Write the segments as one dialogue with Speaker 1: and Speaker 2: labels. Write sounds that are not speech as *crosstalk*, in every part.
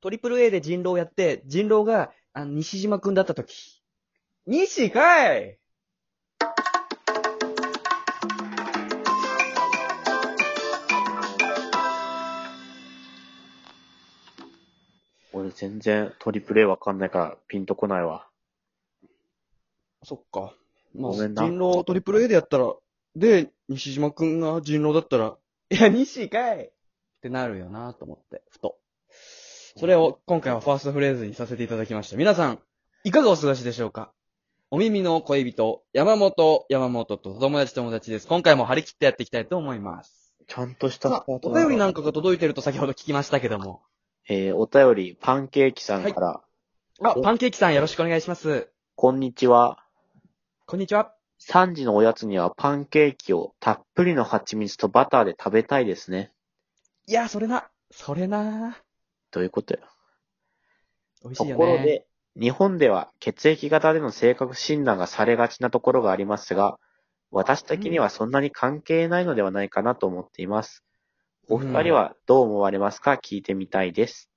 Speaker 1: トリプル A で人狼やって、人狼が、あの、西島くんだった時。西かい
Speaker 2: 俺全然トリプレイわかんないからピンとこないわ。
Speaker 1: そっか。まあ、
Speaker 2: ごめん
Speaker 1: 人
Speaker 2: な
Speaker 1: 狼トリプル A でやったら、で、西島くんが人狼だったら、いや、西かいってなるよなと思って、ふと。それを今回はファーストフレーズにさせていただきました。皆さん、いかがお過ごしでしょうかお耳の恋人、山本、山本と友達友達です。今回も張り切ってやっていきたいと思います。
Speaker 2: ちゃんとした
Speaker 1: さあ、
Speaker 2: パート
Speaker 1: お
Speaker 2: ナー
Speaker 1: 便りなんかが届いてると先ほど聞きましたけども。
Speaker 2: えー、お便り、パンケーキさんから、
Speaker 1: あ、
Speaker 2: お
Speaker 1: パンケーキさんよろしくお願いします。
Speaker 2: こんにちは。
Speaker 1: こんにちは。
Speaker 2: 3時のおやつにはパンケーキをたっぷりの蜂蜜とバターで食べたいですね。
Speaker 1: いや、それな、それな、
Speaker 2: ということよ。
Speaker 1: 美味し
Speaker 2: と
Speaker 1: いよね。
Speaker 2: ころで、日本では血液型での性格診断がされがちなところがありますが、私的にはそんなに関係ないのではないかなと思っています。お二人はどう思われますか聞いてみたいです。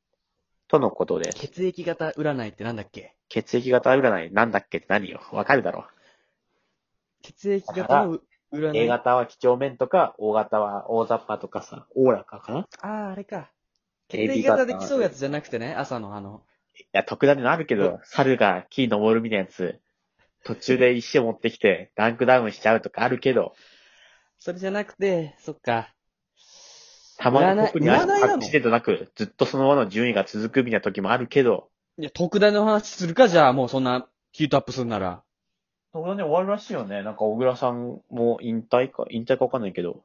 Speaker 2: とのことです。
Speaker 1: 血液型占いってなんだっけ
Speaker 2: 血液型占いなんだっけって何よわかるだろ
Speaker 1: 血液型の占い。
Speaker 2: A 型は几帳面とか、O 型は大雑把とかさ、おおらかかな
Speaker 1: ああ、あれか。血
Speaker 2: AB
Speaker 1: 液型で競うやつじゃなくてね、朝のあの、
Speaker 2: いや、特段でのあるけ
Speaker 1: うん
Speaker 2: ど、猿が木に登るみたいなやつ、途中で石を持ってきて、ランクダウンしちゃうとかあるけど、
Speaker 1: それじゃなくて、そっか。
Speaker 2: たま
Speaker 1: 占
Speaker 2: に
Speaker 1: い
Speaker 2: 特にア
Speaker 1: 占いなの
Speaker 2: クシデントなく、ずっとそのままの順位が続くみたいな時もあるけど、
Speaker 1: いや、特大の話するか、じゃあ、もうそんな、ヒートアップすんなら。
Speaker 2: 特段で終わるらしいよね。なんか、小倉さんも引退か、引退かわかんないけど。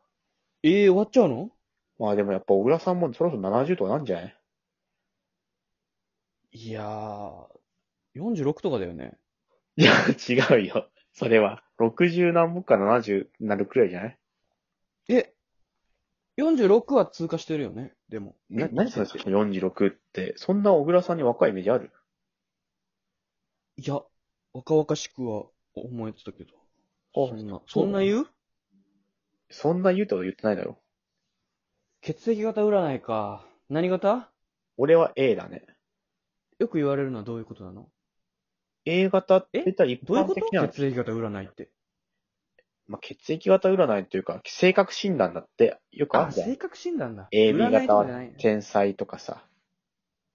Speaker 1: ええ終わっちゃうの
Speaker 2: まあでもやっぱ小倉さんもそろそろ70とかなんじゃない
Speaker 1: いやー、46とかだよね。
Speaker 2: *laughs* いや、違うよ。それは、60何本か70になるくらいじゃない
Speaker 1: え、46は通過してるよね、でも。
Speaker 2: な、何それ ?46 って、そんな小倉さんに若いイメージある
Speaker 1: いや、若々しくは思えてたけど。そんな、
Speaker 2: そう
Speaker 1: そんな言う
Speaker 2: そんな言うってこと言ってないだろ。
Speaker 1: 血液型占いか。何型
Speaker 2: 俺は A だね。
Speaker 1: よく言われるのはどういうことなの
Speaker 2: A 型って言ったら一
Speaker 1: どういう
Speaker 2: 般
Speaker 1: こと
Speaker 2: 的な
Speaker 1: 血液型占いって。
Speaker 2: まあ、血液型占いというか、性格診断だってよくあ
Speaker 1: あ、
Speaker 2: るじゃん
Speaker 1: 性。格診断だ。
Speaker 2: A、B
Speaker 1: 占い
Speaker 2: 型
Speaker 1: とか
Speaker 2: は
Speaker 1: じゃない。
Speaker 2: 天才とかさ。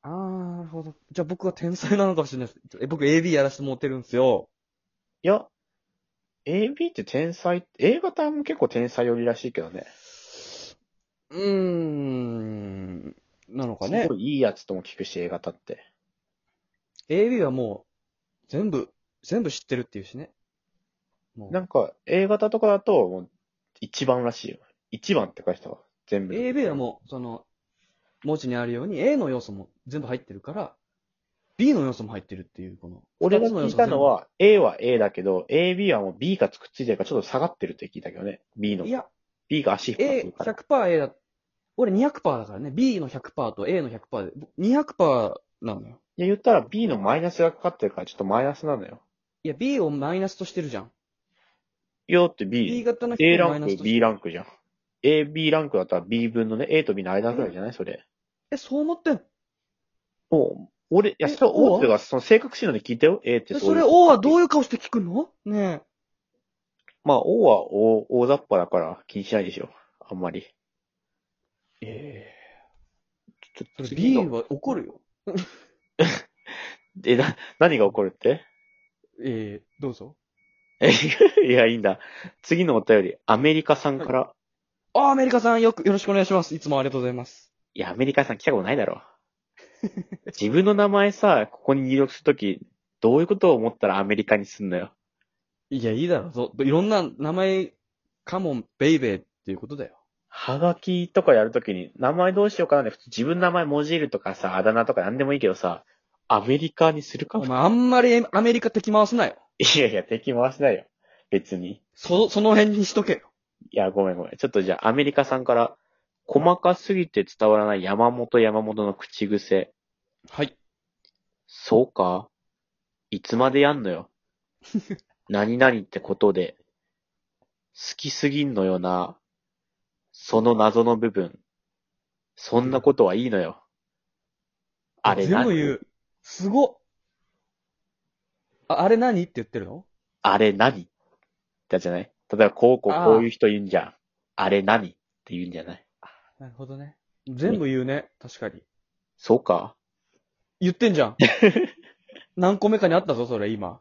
Speaker 1: あー、なるほど。じゃあ僕は天才なのかもしれないです。ちょえ僕 AB やらせてもらってるんですよ。
Speaker 2: いや、AB って天才、A 型も結構天才寄りらしいけどね。
Speaker 1: うーん。なのか
Speaker 2: す
Speaker 1: ね
Speaker 2: ご。いいいやつとも聞くし、A 型って。
Speaker 1: AB はもう、全部、全部知ってるっていうしね。も
Speaker 2: な
Speaker 1: う。
Speaker 2: んか、A 型とかだと、もう、一番らしいよ。一番って書いてたわ。全部で。
Speaker 1: AB はもう、その、文字にあるように A の要素も全部入ってるから、B の要素も入ってるっていう、この。
Speaker 2: 俺が
Speaker 1: 二つ要
Speaker 2: 聞い
Speaker 1: 素全
Speaker 2: た
Speaker 1: 部
Speaker 2: の、は、A は A だけど、AB はもう B がつくっついてるからちょっと下がってるって聞いたけどね。B の
Speaker 1: い。や、
Speaker 2: B が足引っ張って
Speaker 1: A、
Speaker 2: るから。
Speaker 1: 100%A だ。俺200%だからね。B の100%と A の100%で、200%なのよ。
Speaker 2: いや、言ったら B のマイナスがかかってるからちょっとマイナスなのよ。
Speaker 1: いや、B をマイナスとしてるじゃん。
Speaker 2: いや、だって
Speaker 1: B
Speaker 2: B、
Speaker 1: 型の人
Speaker 2: A
Speaker 1: を
Speaker 2: ラ
Speaker 1: マイ
Speaker 2: ン
Speaker 1: ナス
Speaker 2: ク、
Speaker 1: として
Speaker 2: B ランクじゃん。A、B ランクだったら B 分のね、A と B の間ぐらいじゃないそれ。
Speaker 1: え、そう思ってん
Speaker 2: もう、俺、いや、
Speaker 1: え
Speaker 2: それ
Speaker 1: O は
Speaker 2: O っていうか、その性格診断で聞いたよ。A って
Speaker 1: え、そ
Speaker 2: そうい
Speaker 1: うれ O はどういう顔して聞くのね
Speaker 2: まあ、O は大大雑把だから気にしないでしょ。あんまり。
Speaker 1: え。え
Speaker 2: ちょ
Speaker 1: えそ
Speaker 2: っ
Speaker 1: れ B
Speaker 2: と次の
Speaker 1: は怒るよ。
Speaker 2: え、な、何が起こるって *laughs*
Speaker 1: ええどうぞ。
Speaker 2: えいや、いいんだ。次のお便り、アメリカさんから。
Speaker 1: あ、アメリカさんよく、よろしくお願いします。いつもありがとうございます。
Speaker 2: いや、アメリカさん来たことないだろ。自分の名前さ、ここに入力するとき、どういうことを思ったらアメリカにすんのよ。
Speaker 1: いや、いいだろ。ぞいろんな名前、カモン、ベイベーっていうことだよ。
Speaker 2: はがきとかやるときに、名前どうしようかなって、普通自分の名前文字入るとかさ、あだ名とかなんでもいいけどさ、アメリカにするか
Speaker 1: お前、あんまりアメリカ敵回すなよ。
Speaker 2: いやいや、敵回しないよ。別に。
Speaker 1: そ、その辺にしとけよ。
Speaker 2: いや、ごめんごめん。ちょっとじゃあ、アメリカさんから、細かすぎて伝わらない山本山本の口癖。
Speaker 1: はい。
Speaker 2: そうかいつまでやんの
Speaker 1: *laughs*
Speaker 2: よ。何々ってことで、好きすぎんのよな。その謎の部分。そんなことはいいのよ。あれ
Speaker 1: 全
Speaker 2: 何
Speaker 1: 部言う。すごっ。あ、あれ何って言ってるの
Speaker 2: あれ何だじゃない例えば、こうこう
Speaker 1: ああ
Speaker 2: こういう人言うんじゃん。あれ何って言うんじゃない
Speaker 1: なるほどね。全部言うね。確かに。
Speaker 2: そうか
Speaker 1: 言ってんじゃ *laughs* ん。何個目かにあったぞ、それ、今。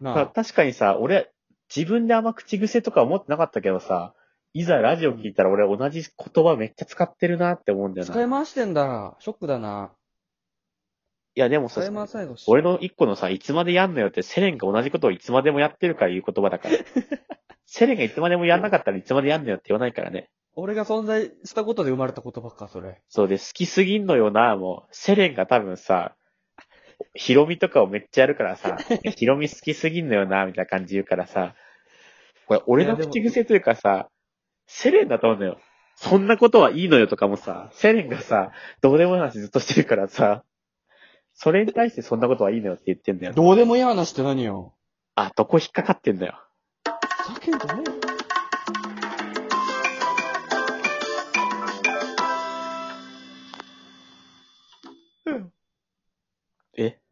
Speaker 2: まあ
Speaker 1: なあ。
Speaker 2: 確かにさ、俺、自分であんま口癖とか思ってなかったけどさ、いざラジオ聞いたら俺同じ言葉めっちゃ使ってるなって思うんだよ
Speaker 1: 使
Speaker 2: な。
Speaker 1: い
Speaker 2: い
Speaker 1: 回してんだ。ショックだな。
Speaker 2: やでもさ
Speaker 1: 使、い回さないでほしい。
Speaker 2: 俺の一個のさ、いつまでやんのよって、セレンが同じことをいつまでもやってるから言う言葉だから。セレンがいつまでもやんなかったらいつまでやんのよって言わないからね。
Speaker 1: 俺が存在したことで生まれた言葉か、それ。
Speaker 2: そうで、好きすぎんのよな、もう。セレンが多分さ、ヒロミとかをめっちゃやるからさ、ヒロミ好きすぎんのよな、みたいな感じ言うからさ、これ俺の口癖というかさ、セレンだと思うんだよ。そんなことはいいのよとかもさ、セレンがさ、どうでもいい話ずっとしてるからさ、それに対してそんなことはいいのよって言ってんだよ。
Speaker 1: どうでもいい話って何よ。
Speaker 2: あ、どこ引っかかってんだよ。
Speaker 1: ふざけんじゃねえよ。
Speaker 2: え